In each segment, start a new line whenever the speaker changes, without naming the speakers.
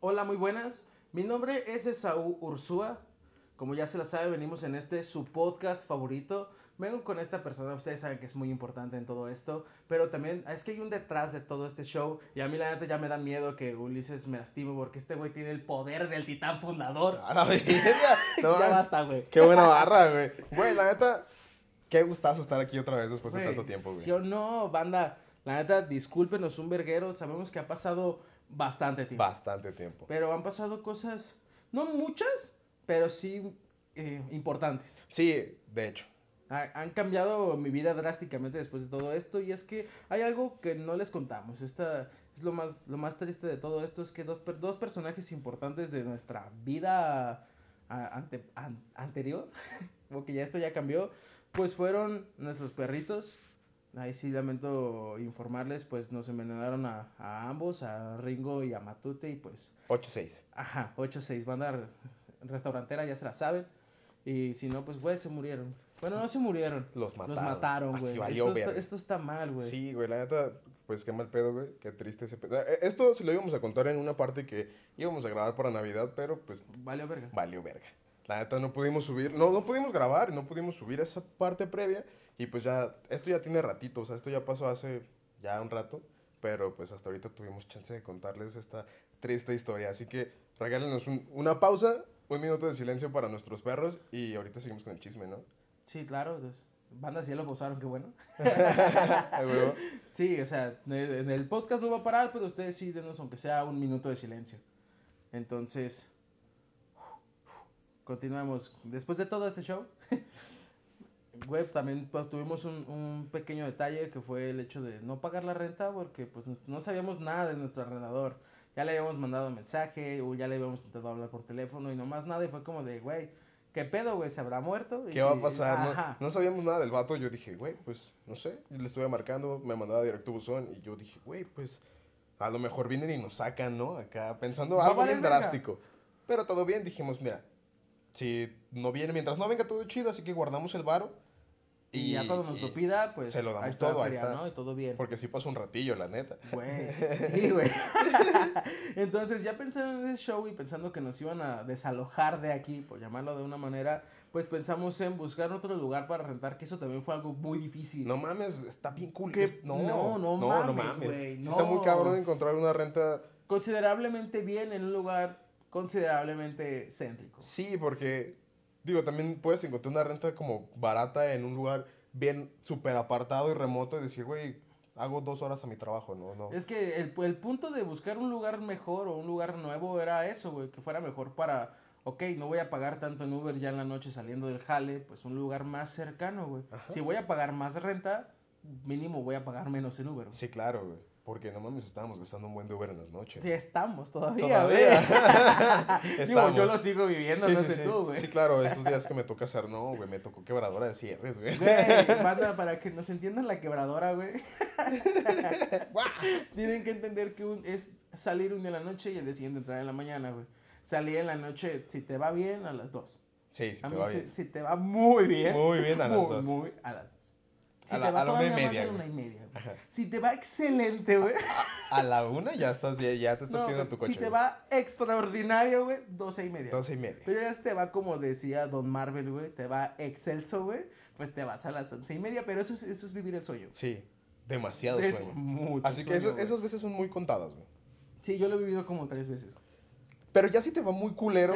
Hola, muy buenas. Mi nombre es Esaú Ursúa. Como ya se la sabe, venimos en este su podcast favorito. Vengo con esta persona, ustedes saben que es muy importante en todo esto, pero también es que hay un detrás de todo este show y a mí la neta ya me da miedo que Ulises me lastime porque este güey tiene el poder del titán fundador.
A la verga. Ah, No
ya
mames.
basta, güey.
Qué buena barra, güey. Güey, la neta, qué gustazo estar aquí otra vez después de
Güey,
tanto tiempo, güey.
¿Sí o no, banda? La neta, discúlpenos un verguero, sabemos que ha pasado bastante tiempo.
Bastante tiempo.
Pero han pasado cosas, no muchas, pero sí eh, importantes.
Sí, de hecho.
Ha- han cambiado mi vida drásticamente después de todo esto y es que hay algo que no les contamos. Esta es lo más, lo más triste de todo esto, es que dos, per- dos personajes importantes de nuestra vida a- ante- an- anterior, porque ya esto ya cambió, pues fueron nuestros perritos. Ahí sí lamento informarles, pues nos envenenaron a, a ambos, a Ringo y a Matute y pues
8-6.
Ajá, 8-6, banda re- restaurantera, ya se la saben. Y si no, pues, güey, se murieron. Bueno, no se murieron.
Los mataron.
Los mataron,
Así
güey.
valió
Esto, está-
verga.
esto está mal, güey.
Sí, güey, la neta, pues qué mal pedo, güey. Qué triste ese pedo. Eh, Esto se lo íbamos a contar en una parte que íbamos a grabar para Navidad, pero pues
Valió verga.
valió verga. La neta no pudimos subir, no, no pudimos grabar, no pudimos subir esa parte previa y pues ya, esto ya tiene ratito, o sea, esto ya pasó hace ya un rato, pero pues hasta ahorita tuvimos chance de contarles esta triste historia, así que regálenos un- una pausa, un minuto de silencio para nuestros perros y ahorita seguimos con el chisme, ¿no?
Sí, claro. pues, banda sí lo posaron, qué bueno.
A huevo.
Sí, o sea, en el, en el podcast no va a parar, pero ustedes sí denos aunque sea un minuto de silencio. Entonces, continuamos. Después de todo este show, güey, también pues, tuvimos un, un pequeño detalle que fue el hecho de no pagar la renta porque pues no- no sabíamos nada de nuestro arrendador. Ya le habíamos mandado mensaje o ya le habíamos intentado hablar por teléfono y nomás nada y fue como de, güey, ¿qué pedo, güey? ¿Se habrá muerto? Y
¿Qué va a
Este, sí,
pasar?
ajá.
No, no sabíamos nada del vato. Yo dije, güey, pues no sé. Y Le estuve marcando, me mandaba directo buzón. Y yo dije, güey, pues a lo mejor vienen y nos sacan, ¿no? Acá pensando
Va a
algo
valer
bien
verga.
drástico. Pero todo bien, dijimos, mira, si no viene, mientras no venga todo chido, así que guardamos el varo.
Y, ya cuando nos
y-
lo pida, pues
se lo damos
ahí está la
todo, ahí
feria,
está.
¿no? Y todo bien.
Porque sí pasó un ratillo, la neta.
Güey, sí, güey. Entonces, ya pensando en ese show y pensando que nos iban a desalojar de aquí, por llamarlo de una manera, pues pensamos en buscar otro lugar para rentar, que eso también fue algo muy difícil.
No mames, está bien cool.
¿Qué?
Es- No,
No, no mames, güey,
Sí está muy
no.
cabrón encontrar una renta
Considerablemente bien en un lugar considerablemente céntrico.
Sí, porque, digo, también puedes encontrar una renta como barata en un lugar bien súper apartado y remoto y decir, güey, hago dos horas a mi trabajo, ¿no? no.
Es que el, el punto de buscar un lugar mejor o un lugar nuevo era eso, güey, que fuera mejor para, ok, no voy a pagar tanto en Uber ya en la noche saliendo del jale, pues un lugar más cercano, güey.
Ajá.
Si voy a pagar más renta, mínimo voy a pagar menos en Uber. güey.
Sí, claro, güey. Porque no mames, estábamos gastando un buen de Uber en las noches.
Sí, estamos todavía,
Todavía.
güey. Digo, yo
Estamos.
lo sigo viviendo, no sé
sí.
tú, güey.
Sí, claro, estos días que me toca hacer, no, güey, me tocó quebradora de cierres, güey.
Güey, banda, para que nos entiendan la quebradora, güey. Tienen que entender que un- es salir un día en la noche y el día siguiente entrar en la mañana, güey. Salir en la noche, si te va bien, a las 2.
Sí, sí,
a
te
mí,
va
si,
bien.
si te va muy bien.
Muy bien a las
muy,
dos.
Muy a las 2. Si
A
te
la-
va
a la una y
todavía más,
media,
a la
güey.
una y media, güey.
Ajá.
Si te va excelente, güey.
A la una ya estás, ya, ya te estás
No,
pidiendo tu coche.
si te
güey.
va extraordinario, güey, 12 y media.
Doce y media.
Pero ya te va como decía Don Marvel, güey, te va excelso, güey, pues te vas a las once y media, pero eso es, eso es vivir el sueño.
Sí, demasiado
Es
sueño.
mucho
Así que eso-
sueño, güey.
esas veces son muy contadas, güey.
Sí, yo lo he vivido como tres veces. güey.
Pero ya si te va muy culero.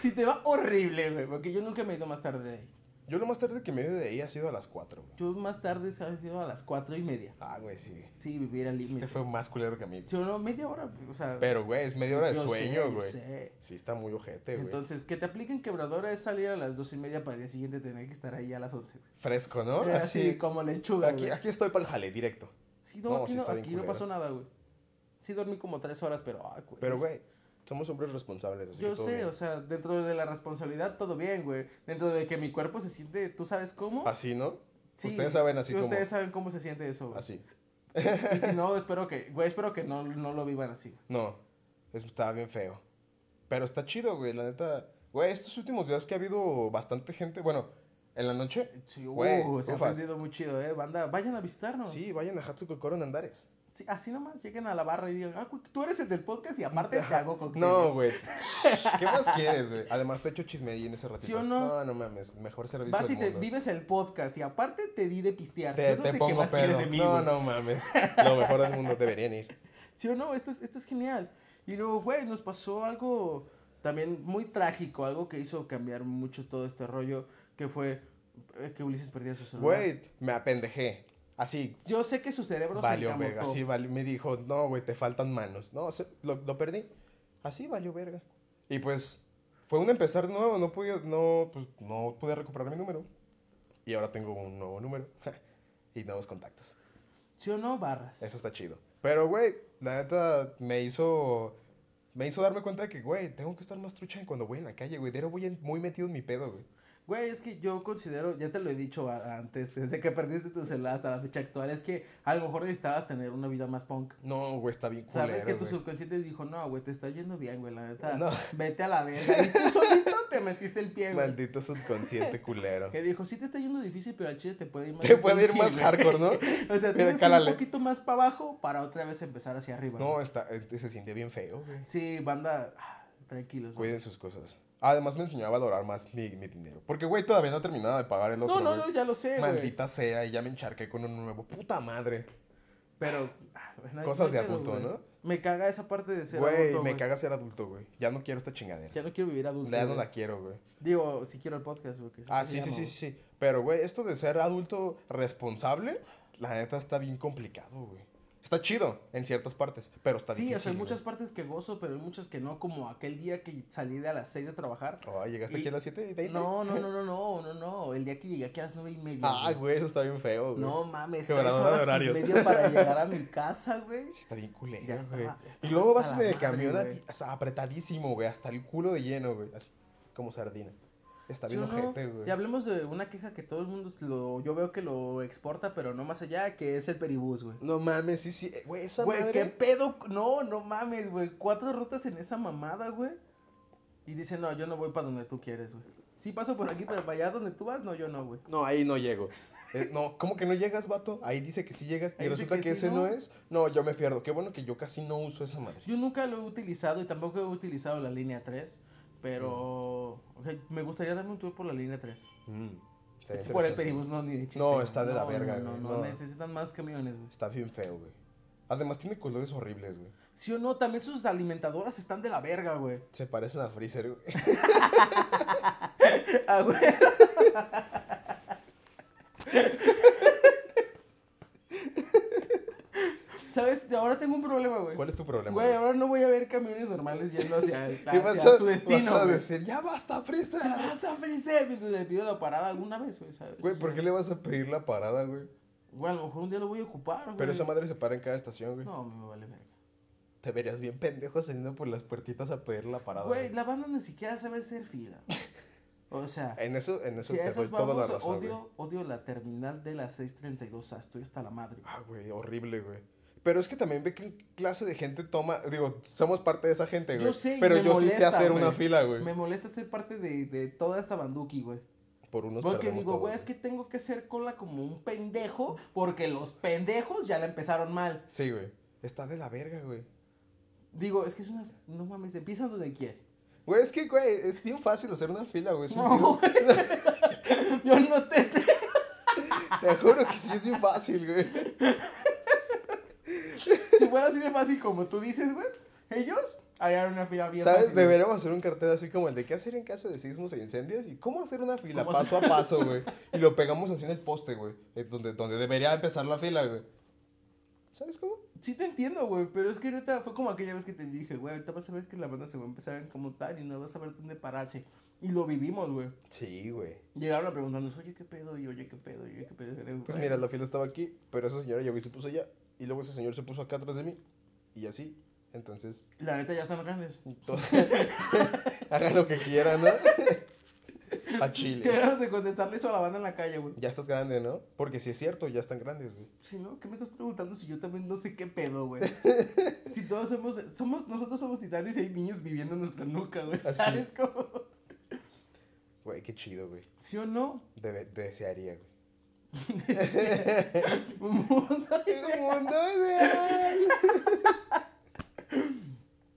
Si te va horrible, güey, porque yo nunca me he ido más tarde de ahí.
Yo lo más tarde que me he ido de ahí ha sido a las 4, güey.
Yo más tarde he ido a las cuatro y media.
Ah, güey, sí.
Sí, vivir al
Este
límite.
fue más culero que a mí.
Sí, o no, media hora, o sea.
Pero, güey, es media hora de
yo sé,
sueño,
yo
güey.
sé.
Sí, está muy ojete, güey.
Entonces, que te apliquen quebradora es salir a las dos y media para el día siguiente tener que estar ahí a las once. güey.
Fresco, ¿no?
Era Así,
Así.
como lechuga,
Aquí,
güey.
aquí estoy para el jale, directo.
Sí, no,
No,
aquí,
sí
no,
está bien
aquí no
culero.
pasó nada, güey. Sí dormí como tres horas, pero... ah, güey.
Pero, güey, somos hombres responsables, así
Yo
que todo
sé,
bien.
o sea, dentro de la responsabilidad todo bien, güey. Dentro de que mi cuerpo se siente, ¿tú sabes cómo?
Así, ¿no?
Sí,
Ustedes saben así
ustedes
como...
saben cómo se siente eso, güey.
Así.
Y si no, espero que, güey, espero que no, no lo vivan así.
No, es- estaba bien feo. Pero está chido, güey, la neta. Güey, estos últimos días que ha habido bastante gente, bueno, en la noche.
Sí,
Güey,
uh, se ha
ufas.
aprendido muy chido, eh, banda. Vayan a visitarnos.
Sí, vayan a Hatsuko Koron Andares.
sí, así nomás lleguen a la barra y digan, ah, cu- tú eres el del podcast y aparte te hago cócteles.
No, güey. Shh, ¿Qué más quieres, güey? Además, te echo chisme ahí en ese ratito.
¿Sí o no?
No, no mames. Mejor servicio
Vas
del
y te
mundo.
vives el podcast y aparte te di de pistear.
Te,
Yo no
te
sé qué
pongo
más quieres
pedo.
de mí,
no,
güey.
no mames. Lo mejor del mundo. Deberían ir.
¿Sí o no? Esto es, esto es genial. Y luego, güey, nos pasó algo también muy trágico, algo que hizo cambiar mucho todo este rollo, que fue eh, que Ulises perdía su celular.
Güey, me apendejé. Así,
Yo sé que su cerebro se
valió
encamotó.
verga. Así valió. Me dijo, no, güey, te faltan manos. No, se- lo, lo perdí. Así valió verga. Y pues, fue un empezar nuevo. No pude, no, pues, no pude recuperar mi número. Y ahora tengo un nuevo número. y nuevos contactos.
¿Sí o no? Barras.
Eso está chido. Pero, güey, la neta me hizo. Me hizo darme cuenta de que, güey, tengo que estar más trucha cuando voy en la calle, güey. De ahora voy en- muy metido en mi pedo, güey.
Güey, es que yo considero, ya te lo he dicho a- antes, desde que perdiste tu celular hasta la fecha actual, es que a lo mejor necesitabas tener una vida más punk.
No, güey, está bien culero,
Sabes que tu
güey.
subconsciente dijo, no, güey, te está yendo bien, güey, la neta.
No.
Vete a la verga. Y tú solito te metiste el pie, güey.
Maldito subconsciente culero.
Que dijo, sí te está yendo difícil, pero al chile te puede ir más
Te puede ir
difícil,
más
güey".
hardcore, ¿no?
O sea,
Mira,
tienes que ir un
cálale.
poquito más para abajo para otra vez empezar hacia arriba.
No, eh.
güey.
está, eh, se siente bien feo, güey.
Sí, banda, ah, tranquilos. güey.
Cuiden sus cosas. Además, me enseñó a valorar más mi, mi dinero. Porque, güey, todavía no terminaba de pagar el
No,
otro.
no,
güey.
no, ya lo sé, güey.
Maldita sea, y ya me encharqué con un nuevo. Puta madre.
Pero, ah, güey, no hay-
Cosas
hay
de
pedo,
adulto,
güey.
¿no?
Me caga esa parte de ser
Güey,
adulto,
me
güey.
caga ser adulto, güey. Ya no quiero esta chingadera.
Ya no quiero vivir adulto.
Ya no
güey.
la quiero, güey.
Digo, si quiero el podcast, güey. que así
Ah,
se
sí, sí,
llama,
sí,
güey.
sí. Pero, güey, esto de ser adulto responsable, la neta está bien complicado, güey. Está chido en ciertas partes, pero está
Sí,
difícil.
o sea, hay
güey.
muchas partes que gozo, pero hay muchas que no, como aquel día que salí de a las 6 de trabajar.
Oh, ¿llegaste
y-
aquí a las 7 y 20?
No, no, no, no, no, no, no. El día que llegué aquí a las 9 y media.
Ah,
güey.
güey, eso está bien feo, güey.
No mames, tres
Quebradora de
horas y media
horarios.
para llegar a mi casa, güey.
Sí, está bien culero,
Ya estaba-
güey.
ya
y
estaba
luego vas
hasta
en
la
el
madre,
camión a-
güey.
o sea, apretadísimo, güey, hasta el culo de lleno, güey. Así, como sardina. Está
¿Sí
bien
o no?
ojete, güey.
Y hablemos de una queja que todo el mundo lo, yo veo que lo exporta, pero no más allá, que es el peribús, güey.
No mames, sí, sí. eh, Güey, esa
Güey,
madre...
qué pedo. No, no mames, güey. Cuatro rutas en esa mamada, güey. Y dice, no, yo no voy para donde tú quieres, güey. Sí paso por aquí, pero para allá donde tú vas, no, yo no, güey.
No, ahí no llego. Eh, no, ¿cómo que no llegas, vato? Ahí dice que sí llegas y
Ahí dice
resulta
que
que,
sí,
ese
¿no?
no es. No, yo me pierdo. Qué bueno que yo casi no uso esa madre.
Yo nunca lo he utilizado y tampoco he utilizado la línea 3, pero ok, me gustaría darme un tour por la línea 3.
Mm, está
Es
bien
por el
interesante.
peribús, no, ni de chiste.
No,
güey.
está de la verga,
No,
güey,
no, no,
no.
necesitan más camiones, güey.
Está bien feo, güey. Además tiene colores horribles, güey.
Sí o no, también sus alimentadoras están de la verga, güey.
Se parecen a Freezer, güey.
Ah, güey. ¿Sabes? Ahora tengo un problema, güey.
¿Cuál es tu problema?
Güey, ahora no voy a ver camiones normales yendo hacia,
¿Qué
hacia
vas a,
su
vas
destino.
a
güey.
decir? Ya basta, Freezer.
Ah, Hasta pensé mientras le pido la parada alguna vez, güey, ¿sabes?
Güey,
O
¿por
sea,
qué le vas a pedir la parada, güey?
Güey, a lo mejor un día lo voy a ocupar, güey.
Pero esa madre se para en cada estación, güey.
No, me vale verga.
Te verías bien pendejo saliendo por las puertitas a pedir la parada.
Güey, la banda ni siquiera sabe hacer fila. O sea,
En eso, en eso
si a
te doy
esas
toda la
vamos,
razón, güey.
odio, odio la terminal de las 632, ah, estoy hasta la madre.
Ah, güey, horrible, güey. Pero es que también ve qué clase de gente toma. Digo, somos parte de esa gente,
Yo
güey.
sé y
pero
me
yo sí sé
molesta,
hacer una
güey.
fila, güey.
Me molesta ser parte de, de toda esta banduki, güey.
Por unos
Porque
perdemos
digo,
todo,
güey, es que tengo que hacer cola como un pendejo, porque los pendejos ya la empezaron mal.
Sí, güey. Está de la verga, güey.
Digo, es que es una... No mames, empiezan donde quiere.
Güey, es que, güey, es bien fácil hacer una fila, güey. es un
No,
pedo.
güey. Yo no te...
Te juro que sí es bien fácil, güey.
Si fuera así de fácil como tú dices, güey, ellos harían una fila bien
¿Sabes?
fácil, güey.
Deberíamos hacer un cartel así como el de qué hacer en caso de sismos e incendios y cómo hacer una fila
¿Cómo
paso a paso, güey. Y lo pegamos así en el poste, güey. eh, Donde, donde debería empezar la fila, güey. ¿Sabes cómo?
Sí te entiendo, güey, pero es que neta fue como aquella vez que te dije, güey, ahorita vas a ver que la banda se va a empezar a encamutar y no vas a ver dónde pararse. Y lo vivimos, güey.
Sí, güey.
Llegaron a preguntarnos, oye, qué pedo, y oye, qué pedo, y oye, qué pedo. Y,
Pues
güey,
mira, la fila estaba aquí, pero esa señora llegó y se puso allá. Y luego ese señor se puso acá atrás de mí. Y así. Entonces,
La neta ya están grandes.
todo- hagan lo que quieran, ¿no? A
Qué
Chile.
ganas de contestarle eso a la banda en la calle, güey.
Ya estás grande, ¿no? Porque si es cierto, ya están grandes, güey.
Si no, ¿qué me estás preguntando si yo también no sé qué pedo, güey? si todos somos, somos, nosotros somos titanes y hay niños viviendo en nuestra nuca, güey.
Así.
¿Sabes cómo?
Güey, qué chido, güey.
¿Sí o no?
Debe- desearía, güey.
Un mundo
El mundo ideal.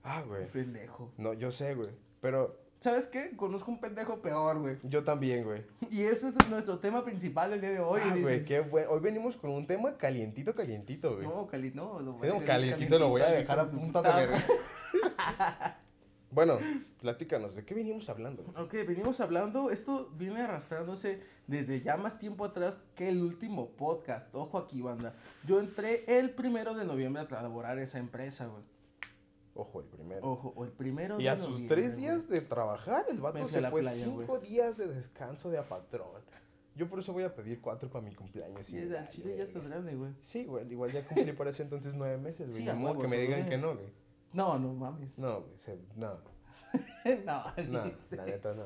Ah, güey.
pendejo.
No, yo sé, güey. Pero
¿Sabes qué? Conozco un pendejo peor, güey.
yo también, güey.
Y eso es nuestro tema principal del día de hoy.
Ah,
dice.
güey, qué buen- Hoy venimos con un tema calientito, calientito, güey.
No, Cali, no. Lo voy a
Tengo
dejar
calientito, lo voy a
calientito,
dejar a
hijo de su
punta
puta
de verga. Bueno, platícanos, ¿de qué venimos hablando? güey?
Ok, venimos hablando, esto viene arrastrándose desde ya más tiempo atrás que el último podcast. Ojo aquí, banda. Yo entré el primero de noviembre a trabajar esa empresa, güey.
Ojo, el primero.
Ojo, o el primero
Y
de
a sus
noviembre,
tres
güey.
días de trabajar, el
Me
vato
fui
se
a la
fue
playa, güey.
cinco días de descanso de apatrón. Yo por eso voy a pedir cuatro para mi cumpleaños. y
Sí,
me
al
vale,
chile ya estás
verga.
grande, güey.
Sí, güey, igual ya cumplí para ese entonces nueve meses, güey.
Sí,
ni
a
modo
huevo,
que me
todo
digan
bien.
que no, güey.
No, no mames. No,
No, güey, se- no,
no.
no,
sí.
la neta no.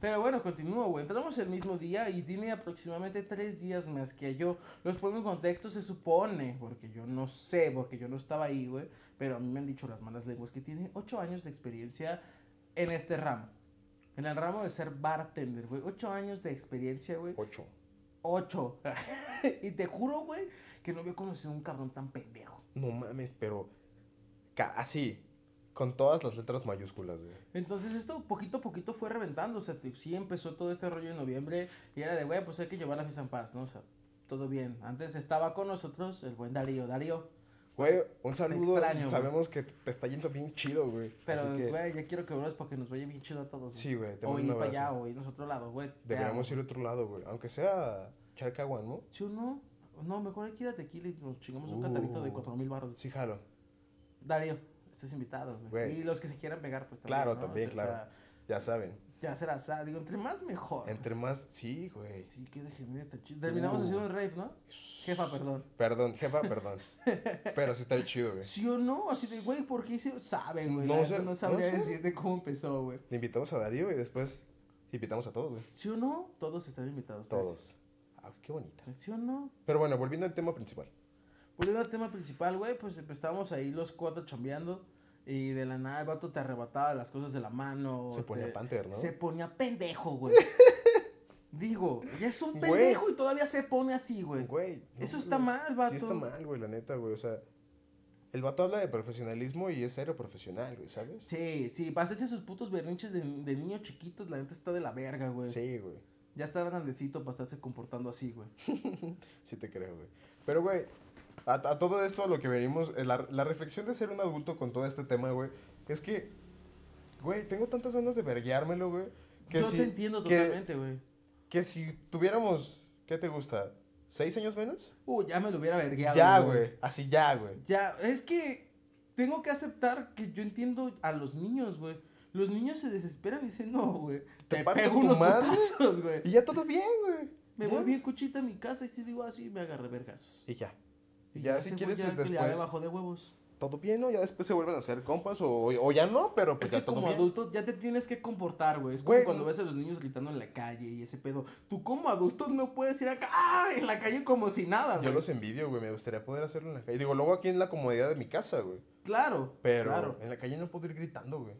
Pero bueno, continúo, güey. Entramos el mismo día y tiene aproximadamente tres días más que yo. Los pongo en contexto, se supone, porque yo no sé, porque yo no estaba ahí, güey. Pero a mí me han dicho las malas lenguas que tiene ocho años de experiencia en este ramo. En el ramo de ser bartender, güey. Ocho años de experiencia, güey.
Ocho.
Ocho. y te juro, güey, que no había conocido un cabrón tan pendejo.
No mames, pero ca- así, con todas las letras mayúsculas, güey.
Entonces esto poquito a poquito fue reventando, o sea, te- sí empezó todo este rollo en noviembre y era de, güey, pues hay que llevar la fiesta en paz, ¿no? O sea, todo bien. Antes estaba con nosotros el buen Darío, Darío,
Güey, un saludo.
extraño, güey.
Sabemos que te está yendo bien chido, güey.
pero,
Así que,
güey, ya quiero que vuelvas para que nos vaya bien chido a todos. güey.
sí, güey, te
O
mando
ir
un
para allá,
abrazo.
o irnos a otro lado, güey. te
Deberíamos
amo.
ir a otro lado, güey. Aunque sea Charcaguan, ¿no?
¿Sí o no? No, mejor hay que ir a tequila y nos chingamos un
Uh.
catarito de 4000 baros.
Sí, jalo.
Darío, estás invitado, güey.
Güey.
Y los que se quieran pegar, pues también.
Claro,
¿no?
también,
O sea,
claro. Ya saben.
ya será, sa- digo, entre más mejor.
Entre más. Sí, güey.
Sí, qué degenerate, chido. Terminamos
Uh.
haciendo un rave, ¿no? Jefa, perdón.
Perdón, jefa, perdón. Pero sí está chido, güey.
¿Sí o no? Así de, güey, ¿por qué se sabe, güey?
No
No,
sé,
no
no
sabría
sé.
decirte cómo empezó, güey.
Le invitamos a Darío y después invitamos a todos, güey.
¿Sí o no? Todos están invitados. gracias.
Todos. Ah, qué bonita.
¿Sí o no?
Pero bueno, volviendo al tema principal.
Volviendo al tema principal, güey, pues estábamos ahí los cuatro chambeando. Y de la nada el vato te arrebataba las cosas de la mano.
Se ponía
Oh, te-
Panther, ¿no?
Se ponía pendejo, güey. Digo, ya es un
Güey.
pendejo y todavía se pone así, güey.
Güey.
Eso está
mames.
mal,
Sí
vato.
está mal, güey, la neta, güey. O sea, el vato habla de profesionalismo y es cero profesional, güey, ¿sabes?
Sí, sí, pasarse sus putos berrinches de, de niños chiquitos, la neta está de la verga, güey.
Sí, güey.
Ya está grandecito para estarse comportando así, güey.
Sí te creo, güey. Pero, güey, a, a todo esto a lo que venimos, eh, la, la reflexión de ser un adulto con todo este tema, güey, es que, güey, tengo tantas ganas de vergueármelo, güey, que,
Yo
si,
te entiendo
que-
totalmente, güey.
que si tuviéramos, ¿qué te gusta? ¿Seis años menos?
Uh, ya me lo hubiera vergueado.
ya, güey. Así ya, güey.
Ya, es que tengo que aceptar que yo entiendo a los niños, güey. Los niños se desesperan y dicen, no, güey.
Te
Te,
parto
pego
tu
unos
madre".
putazos, güey.
Y ya todo bien, güey.
Me
Ya.
voy bien cuchita a mi casa y si digo así, me agarré vergazos.
Y ya.
Y
Ya, si
ese
quieres,
güey ya que le
después-
abajo de huevos.
Todo bien, ¿no? Ya después se vuelven a hacer compas o, o ya no, pero pues
es
ya
que
todo
como
bien.
adulto ya te tienes que comportar, güey. Es como
Güey,
cuando
no-
ves a los niños gritando en la calle y ese pedo. Tú como adulto no puedes ir acá ¡ah! en la calle como si nada,
Yo
güey.
los envidio, güey. Me gustaría poder hacerlo en la calle. Digo, luego aquí en la comodidad de mi casa, güey.
Claro,
Pero
claro.
en la calle no puedo ir gritando, güey.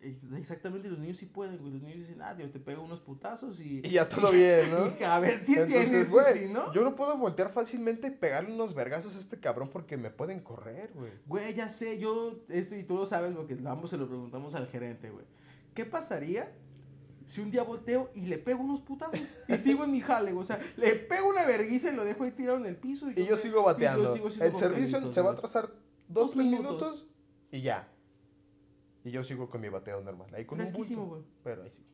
Ex- Exactamente, los niños sí pueden, güey. Los niños dicen, ah, yo te pego unos putazos y.
Y ya todo bien, ¿no?
y a ver si tienes,
güey,
sí, ¿no?
yo no puedo voltear fácilmente y pegarle unos vergazos a este cabrón porque me pueden correr, güey.
Güey, ya sé, yo, esto y tú lo sabes porque ambos se lo preguntamos al gerente, güey. ¿Qué pasaría si un día volteo y le pego unos putazos y sigo en mi jale, güey? O sea, le pego una verguiza y lo dejo ahí tirado en el piso. Y,
Y
me-
yo sigo bateando.
sigo haciendo
El servicio
coctelitos,
se va a
güey.
atrasar dos,
Dos
tres
minutos.
minutos. y ya. Y yo sigo con mi bateo normal. Ahí con un
Fresquísimo,
bulto,
güey.
Pero ahí sí.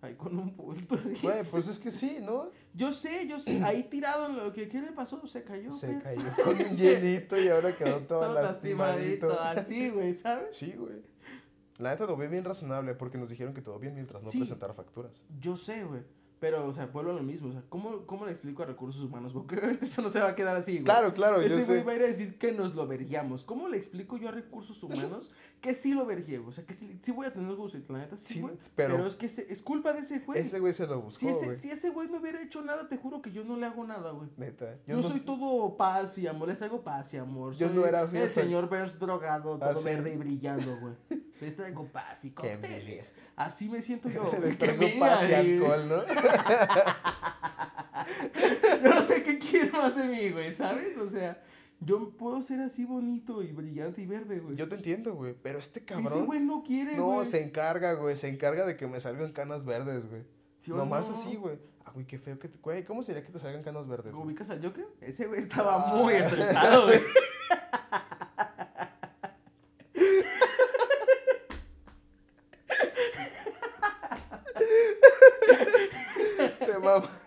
Ahí con un bulto.
Güey, pues es que sí, ¿no?
Yo sé, yo sé, ahí tirado en lo que, ¿qué le pasó? Se cayó,
Se
güey.
cayó con un hielito y ahora quedó todo
Todo lastimadito,
lastimadito.
así, güey, ¿sabes?
Sí, güey. La neta lo ve bien razonable porque nos dijeron que todo bien mientras no
Sí.
presentara facturas.
Yo sé, güey. Pero, o sea, vuelvo a lo mismo. O sea, ¿cómo, cómo le explico a recursos humanos? Porque obviamente eso no se va a quedar así, güey.
Claro, claro, yo
Ese
sé.
güey va a ir a decir que nos lo verguiamos. ¿Cómo le explico yo a recursos humanos que sí lo vergué? güey? O sea, que sí, sí voy a tener gusto. Y la neta, sí,
Sí,
güey. pero,
pero-
es que ese- es culpa de ese güey.
Ese güey se lo buscó,
si, ese,
güey.
si ese güey no hubiera hecho nada, te juro que yo no le hago nada, güey.
Neta.
Yo,
no-
soy todo paz y amor, les traigo paz y amor.
Yo
Soy
no era así,
El
o sea-
señor Burns drogado, todo
Así.
verde y brillando, güey. Les traigo paz y cócteles. Así me siento yo. güey.
Les
Que eh.
traigo
mira,
paz y
güey.
alcohol, ¿no?
Yo no sé qué quiere más de mí, güey, ¿sabes? O sea, yo puedo ser así bonito y brillante y verde, güey.
Yo te entiendo, güey, pero este
Y Ese
cabrón...
güey no quiere,
no,
güey.
se encarga, güey, se encarga de que me salgan canas verdes, güey.
¿Sí o
Nomás
no?
así, güey. Ah, güey, qué feo que te... Güey, ¿cómo sería que te salgan canas verdes? güey?
¿Ubicas al Joker? Ese güey estaba
Ah.
muy estresado, güey.
Te mamas.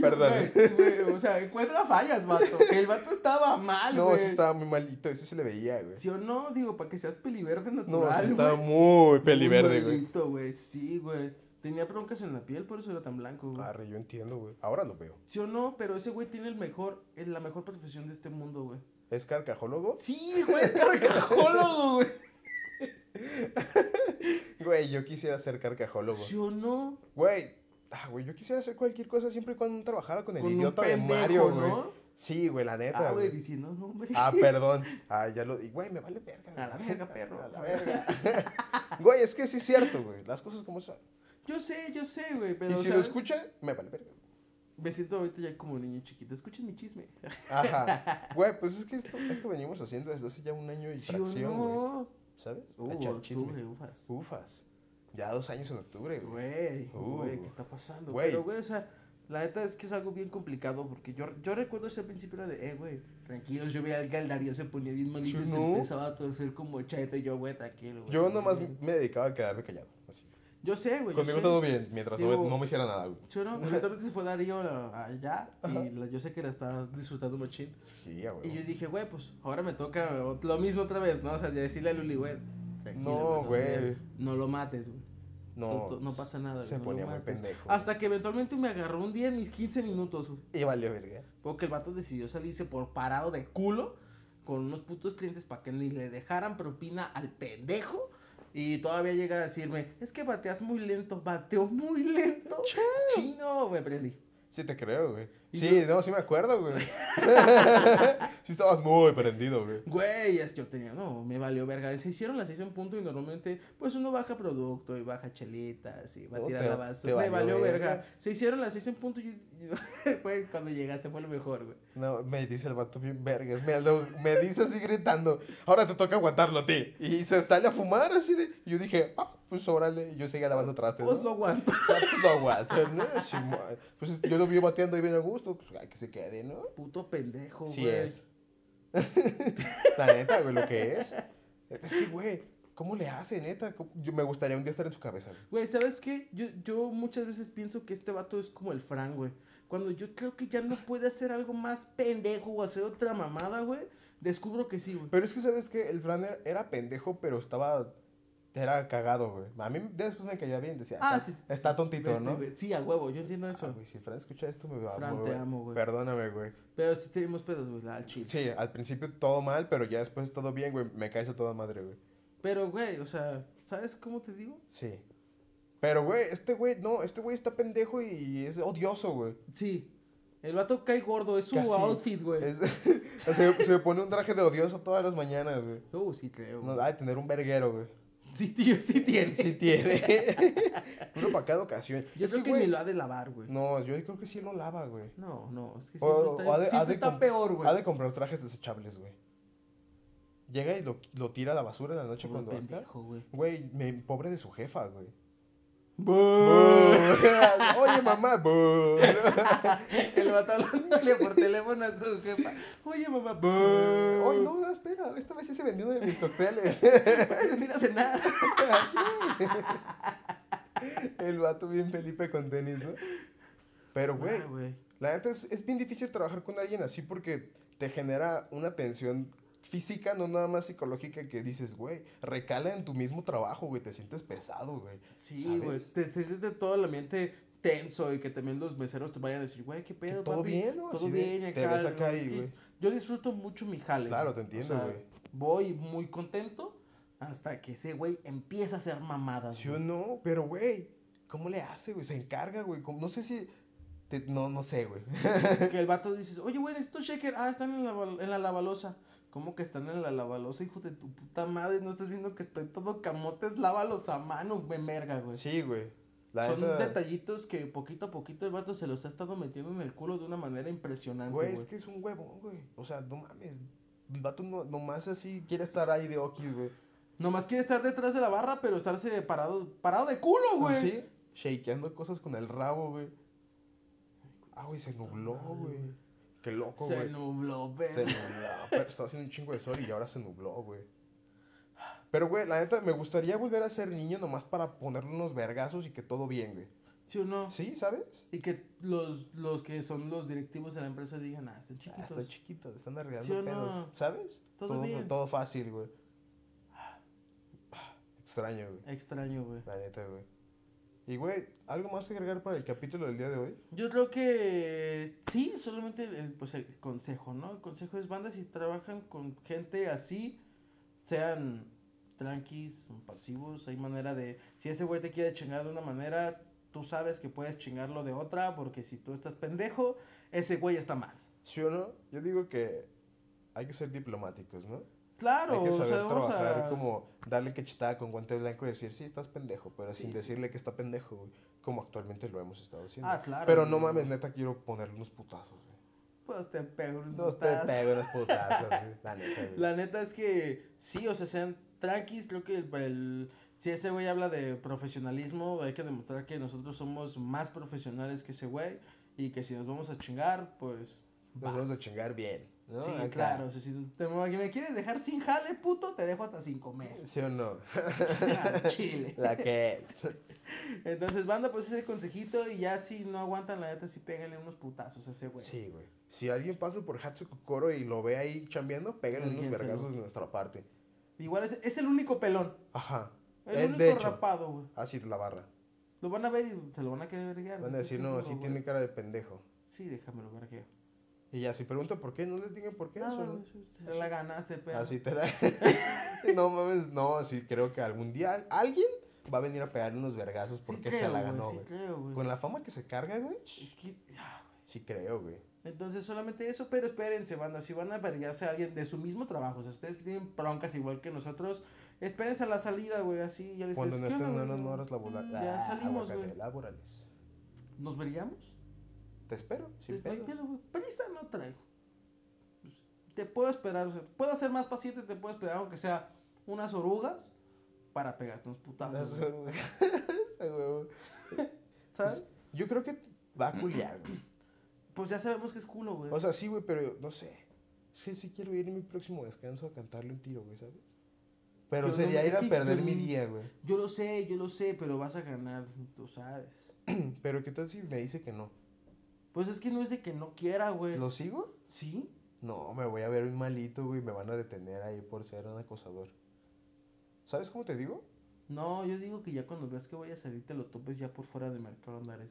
Perdón.
Güey, güey, O sea, encuentra fallas, vato. El vato estaba mal,
No,
güey.
ese estaba muy malito, ese se le veía, güey.
¿Sí o no? Digo, para que seas peliverde
No,
natural,
ese
güey.
estaba muy
Muy
peliverde, güey.
malito, güey. Sí, güey. Tenía broncas en la piel, por eso era tan blanco, güey.
Arre, yo entiendo, güey. Ahora lo veo.
¿Sí o no? Pero ese güey tiene el mejor, el- la mejor profesión de este mundo, güey.
¿Es carcajólogo?
Sí, güey, es carcajólogo, güey.
Güey, yo quisiera ser carcajólogo.
¿Sí o no?
Güey, ah, güey, yo quisiera hacer cualquier cosa siempre y cuando trabajara con el
Con un
idiota
pendejo,
de Mario, güey.
¿no?
Sí, güey, la neta,
Ah, güey,
güey.
diciendo nombres.
Ah, perdón. Ah, ya lo... y, Güey, me vale verga.
A la
güey.
verga, perro.
A la verga. Güey, es que sí es cierto, güey. Las cosas como son.
Yo sé, yo sé, güey, pero.
y si lo
¿sabes?
escucha, me vale verga.
Me siento ahorita ya como niño chiquito. Escuchen mi chisme.
Ajá. Güey, pues es que esto, esto venimos haciendo desde hace ya un año y
¿Sí o
fracción, güey.
no?
¿Sabes?
Uh,
Echar chisme.
octubre, ufas.
Ufas. Ya dos años en octubre, güey.
Güey,
Uh.
güey, ¿qué está pasando?
Güey.
Pero, güey, o sea, la neta es que es algo bien complicado porque yo, yo recuerdo ese principio era de, eh, güey, tranquilos, yo veía al Galdario, se ponía bien malito
Sí,
y se
¿no?
empezaba a torcer como cheta y yo, güey, tranquilo, güey.
Yo nomás
güey".
me dedicaba a quedarme callado. Así.
Yo sé, güey. Pues yo
Conmigo
sé.
todo bien, mientras no me-
Digo-
no me hiciera nada, güey.
Yo no, eventualmente se fue Darío a- allá
Ajá.
y la- yo sé que la está disfrutando machín.
Sí, a huevo.
Y yo dije, güey, pues ahora me toca o- lo mismo otra vez, ¿no? O sea, ya decirle a Luli, güey. tranquilo,
No,
todo
güey.
bien, No lo mates, güey.
No, pues,
No, no pasa nada.
Se
güey, no lo
ponía muy
mates".
pendejo.
Hasta que eventualmente me agarró un día en mis 15 minutos, güey.
Y valió verga.
Porque el vato decidió salirse por parado de culo con unos putos clientes para que ni le dejaran propina al pendejo. Y todavía llega a decirme, es que bateas muy lento, bateo muy lento. Chino, me prendí.
Sí, te creo, güey.
Y
Sí, no, sí me acuerdo, güey. sí estabas muy prendido, güey.
Güey, es que yo tenía, no, me valió verga. Se hicieron las seis en punto y normalmente, pues uno baja producto y baja chelitas y va a
No,
tirar
te-
la
te
basura. Me
valió
valió verga.
verga.
Se hicieron las seis en punto y yo- güey, cuando llegaste fue lo mejor, güey.
No, me dice el vato bien vergas. Me, lo- me dice así gritando, ahora te toca aguantarlo a ti. Y se sale a fumar así de... Y yo dije, ah, pues órale. Y yo seguía lavando trastes.
Os Pues
¿no?
lo aguanto.
Ah, pues lo aguanto, ¿no? Simón. Pues este, yo lo vi bateando ahí bien a gusto, pues ay, que se quede, ¿no?
Puto pendejo, güey.
Sí es. La neta, güey, lo que es. Es que, güey, ¿cómo le hace, neta? ¿Cómo- Yo me gustaría un día estar en su cabeza. güey.
Güey, ¿sabes qué? Yo, yo muchas veces pienso que este vato es como el Fran, güey. Cuando yo creo que ya no puede hacer algo más pendejo o hacer otra mamada, güey, descubro que sí, güey.
Pero es que, ¿sabes qué? El Fran era, era pendejo, pero estaba... Era cagado, güey. A mí después me caía bien, decía,
Ah,
está,
sí.
está tontito,
Este,
¿no?
güey, Sí, a huevo, yo entiendo
Ah,
eso.
güey, si el Fran escucha esto, me va a
Fran, te
mover.
amo, güey.
Perdóname, güey.
Pero sí tenemos pedos, güey, la- al chile.
Sí, al principio todo mal, pero ya después todo bien, güey. Me caes a toda madre, güey.
Pero, güey, o sea, ¿sabes cómo te digo?
Sí. Pero, güey, este güey, no, este güey está pendejo y es odioso, güey.
Sí. El vato cae gordo, es su
Casi.
outfit, güey.
Es- se, se pone un traje de odioso todas las mañanas, güey.
Uh, sí creo.
No,
güey.
ay, tener un verguero, güey.
Sí, tío, sí tiene.
Sí tiene. Uno para cada ocasión.
Yo
Es
creo que,
güey,
ni lo ha de lavar, güey.
No, yo creo que sí lo lava, güey.
No, no, es que
O-
siempre está,
o ha de- ha
siempre
de
está
comp-
peor, güey.
Ha de comprar trajes desechables, güey. Llega y lo, lo tira a la basura en la noche
Como
cuando entra.
pendejo, güey.
Güey, me pobre de su jefa, güey.
¡Bú!
Oye, mamá, bu.
El vato hablándole por teléfono a su jefa. Oye, mamá. bú.
Oye, no, no, espera, esta vez sí se vendió uno de mis cócteles.
Puedes venir a cenar.
El vato bien Felipe con tenis, ¿no? Pero, güey,
Ah, güey.
la neta es, es bien difícil trabajar con alguien así porque te genera una tensión física, no nada más psicológica, que dices, güey, recala en tu mismo trabajo, güey, te sientes pesado, güey.
Sí, güey.
¿sabes?
Te sientes de todo el ambiente tenso y que también los meseros te vayan a decir, güey, qué pedo,
todo
papi?
bien, ¿no?
Todo
Así de,
bien, y acá.
te ves
¿no?
acá
Es
y,
que
güey.
Yo disfruto mucho mi jale.
Claro, te
güey.
entiendo, güey.
voy muy contento hasta que ese güey empieza a hacer mamadas.
Sí o
güey.
no, pero, güey, ¿cómo le hace, güey? Se encarga, güey. ¿cómo? No sé si... te- no, no sé, güey.
Que el vato dices, oye, güey, necesito shaker. Ah, están en la, val- en la lavalosa. ¿Cómo que están en la lavalosa, hijo de tu puta madre? ¿No estás viendo que estoy todo camotes? Lávalos a mano, me merga, güey.
Sí, güey. La
Pues Son
neta-
detallitos que poquito a poquito el vato se los ha estado metiendo en el culo de una manera impresionante,
Güey,
güey.
es que es un huevón, güey. O sea, no mames. El vato no, nomás así quiere estar ahí de okis, güey.
Nomás quiere estar detrás de la barra, pero estarse parado, parado de culo, güey.
Así, shakeando cosas con el rabo, güey. Ah, güey, se nubló, güey. Qué loco,
Se
güey.
nubló,
Se
pero.
nubló, pero estaba haciendo un chingo de sol y ahora se nubló, güey. Pero, güey, la neta, me gustaría volver a ser niño nomás para ponerle unos vergazos y que todo bien, güey.
¿Sí o no?
¿Sí? ¿Sabes?
Y que los, los que son los directivos de la empresa digan, ah, están
Ah,
chiquitos.
están chiquitos, están arreglando
¿Sí o
pedos.
no?
¿Sabes?
Todo bien.
Todo fácil, güey. Extraño, güey.
Extraño, güey.
La neta, güey. Y, güey, ¿algo más que agregar para el capítulo del día de hoy?
Yo creo que sí, solamente el, pues, el consejo, ¿no? El consejo es bandas si trabajan con gente así, sean tranquis, pasivos, hay manera de, si ese güey te quiere chingar de una manera, tú sabes que puedes chingarlo de otra, porque si tú estás pendejo, ese güey está más.
¿Sí o no? Yo digo que hay que ser diplomáticos, ¿no?
Claro,
hay que
o
saber
sea, vamos
trabajar
a...
como darle cachetada con guante blanco y decir, sí, estás pendejo, pero
Sí,
sin
sí.
decirle que está pendejo, güey. Como actualmente lo hemos estado haciendo.
Ah, claro.
pero no
güey.
mames, neta, quiero ponerle unos putazos, güey.
Pues te pego un
Dos te
putazo.
pego unos putazos, güey. La neta, güey.
La neta es que sí, o sea, sean tranquis, creo que el, el- si ese güey habla de profesionalismo, hay que demostrar que nosotros somos más profesionales que ese güey y que si nos vamos a chingar, pues... va.
Nos vamos a chingar bien, ¿no?
sí,
Acá.
claro, o sea, si te, me quieres dejar sin jale, puto, te dejo hasta sin comer.
¿Sí o no?
Al Chile.
La que es.
Entonces, banda, pues ese consejito y ya si no aguantan la neta, sí péguenle unos putazos a ese güey.
Sí, güey. Si alguien pasa por Hatsuku Koro y lo ve ahí chambeando, pégale unos
Verguénselo.
vergazos de nuestra parte.
Igual es, es el único pelón,
Ajá.
el
Eh,
único
de hecho,
rapado, güey.
así la barra.
Lo van a ver y se lo van a querer verguear,
Van a
güey,
decir,
estoy
no,
seguro,
así
güey".
tiene cara de pendejo.
Sí, déjamelo verguear.
Y ya, si pregunta por qué, no les digan por qué.
Nada,
eso,
güey,
¿no?
Ah, sí, Te la ganaste, pero.
Así te la... no mames, no, sí, creo que algún día al- alguien va a venir a pegarle unos vergazos
Sí
porque se
creo,
la
güey,
ganó,
sí
güey.
creo, güey.
Con la fama que se carga, güey.
Es que. ah, güey.
Sí creo, güey.
Entonces, solamente eso, pero espérense, banda. Si van a vergarse a alguien de su mismo trabajo, o sea, ustedes que tienen broncas igual que nosotros, espérense a la salida, güey, así. Ya les
Cuando
dices,
no
"¿Qué
estén en
onda,
unas
güey?
horas laborales. Ah,
Ya salimos, güey.
laborales.
¿Nos veríamos?
Te espero, sin
Pues, no hay
pedos.
pedo, güey. Prisa no traigo. Pues, Te puedo esperar, o sea, puedo ser más paciente, te puedo esperar, aunque sea unas orugas, para pegarte unos putazos. güey,
Ese huevo.
¿Sabes?
Yo creo que va a culiar, güey.
Pues ya sabemos que es culo, güey.
O sea, sí, güey, pero no sé. Es que sí quiero ir en mi próximo descanso a cantarle un tiro, güey, ¿sabes? Pero
Yo no-
sería
es
ir a
que
perder
yo
mi
no-
día, güey.
Yo lo sé, yo lo sé, pero vas a ganar, tú sabes.
Pero ¿qué tal si me dice que no?
Pues es que no es de que no quiera, güey.
¿Lo sigo?
¿Sí?
No, me voy a ver un malito, güey. Me van a detener ahí por ser un acosador. ¿Sabes cómo te digo?
No, yo digo que ya cuando veas que voy a salir te lo topes ya por fuera de Mercado Andares.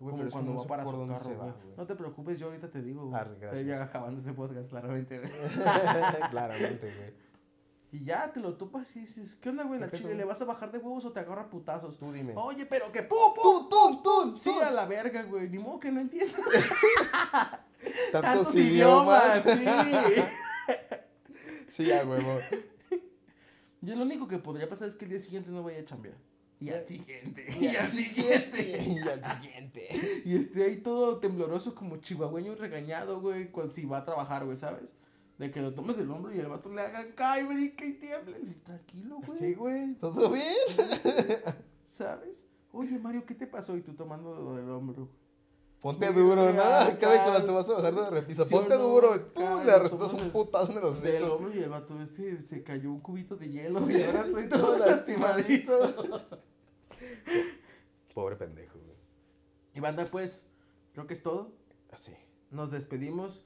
Güey,
como
pero es que
cuando
no
va
sé
para
por
su
dónde
carro,
se va,
güey. No te preocupes, yo ahorita te digo, güey.
Arre,
Estoy
gracias.
ya acabando este podcast, claramente, güey.
güey. Claramente, güey.
Y ya te lo topas y dices, ¿qué onda, güey? La
¿Qué
chile,
pedo?
¿le vas a bajar de huevos o te agarra a putazos?
Tú dime.
Oye, pero que pum, pum, tum, tum. Sí, a la verga, güey. Ni modo que no entiendas tantos idiomas, sí.
sí, a huevo.
Yo lo único que podría pasar es que el día siguiente no vaya a chambear. Y al siguiente.
Y al siguiente. Y al siguiente.
Y esté ahí todo tembloroso como chihuahueño regañado, güey, cuando si va a trabajar, güey, ¿sabes? De que lo tomes del hombro y el vato le haga cae, güey, que tiemble. Y Tranquilo,
¿Qué,
güey,
güey? ¿Todo bien?
¿sabes? Oye, Mario, ¿qué te pasó? Y tú tomando del hombro.
Ponte
Mira,
duro, ¿no?
acá.
Cada vez cuando te vas a bajar de la repisa,
Sí,
ponte
no,
duro, y tú
acá,
le
lo
arrastras
tomas
un
el-
putazo en el
Del
hocico.
hombro y el vato este se cayó un cubito de hielo y ahora estoy todo
Todo
lastimadito.
Pobre pendejo, güey.
Y banda, pues, creo que es todo.
Así.
Nos despedimos.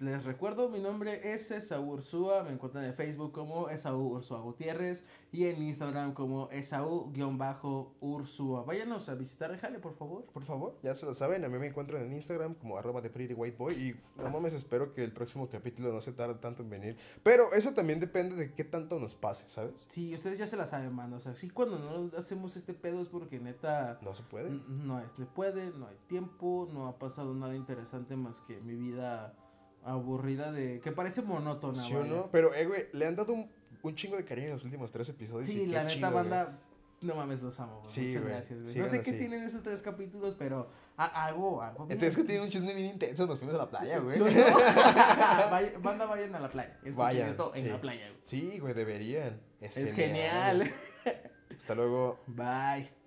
Les recuerdo, mi nombre es Esaú Ursúa. Me encuentran en Facebook como Esaú Ursúa Gutiérrez y en Instagram como Esaú-Ursúa. Váyanos a visitar el jale, por favor.
Por favor, ya se lo saben, a mí me encuentran en Instagram como arroba de Pretty White Boy y no mames, espero que el próximo capítulo no se tarde tanto en venir. Pero eso también depende de qué tanto nos pase, ¿sabes?
Sí, ustedes ya se la saben, mano. O sea, sí, cuando no hacemos este pedo es porque neta.
No se puede.
n- No es, no puede, no hay tiempo, no ha pasado nada interesante más que mi vida aburrida de. que parece monótona,
¿Sí o
vaya.
no? Pero, eh, güey, le han dado un, un chingo de cariño en los últimos tres episodios.
Sí,
y qué
la neta,
chido, güey.
banda. No mames, los amo, güey.
Sí,
Muchas
güey.
gracias, güey.
Sigan
no sé qué
así.
tienen esos tres capítulos, pero a- algo, algo. bien.
Entonces que tiene un chisme bien intenso, nos fuimos a la playa, güey.
¿Sí o no? Vaya- banda, vayan a la playa. Escuchen
Vayan,
esto en
sí.
la playa, güey.
Sí, güey, deberían.
Es genial.
Hasta luego.
Bye.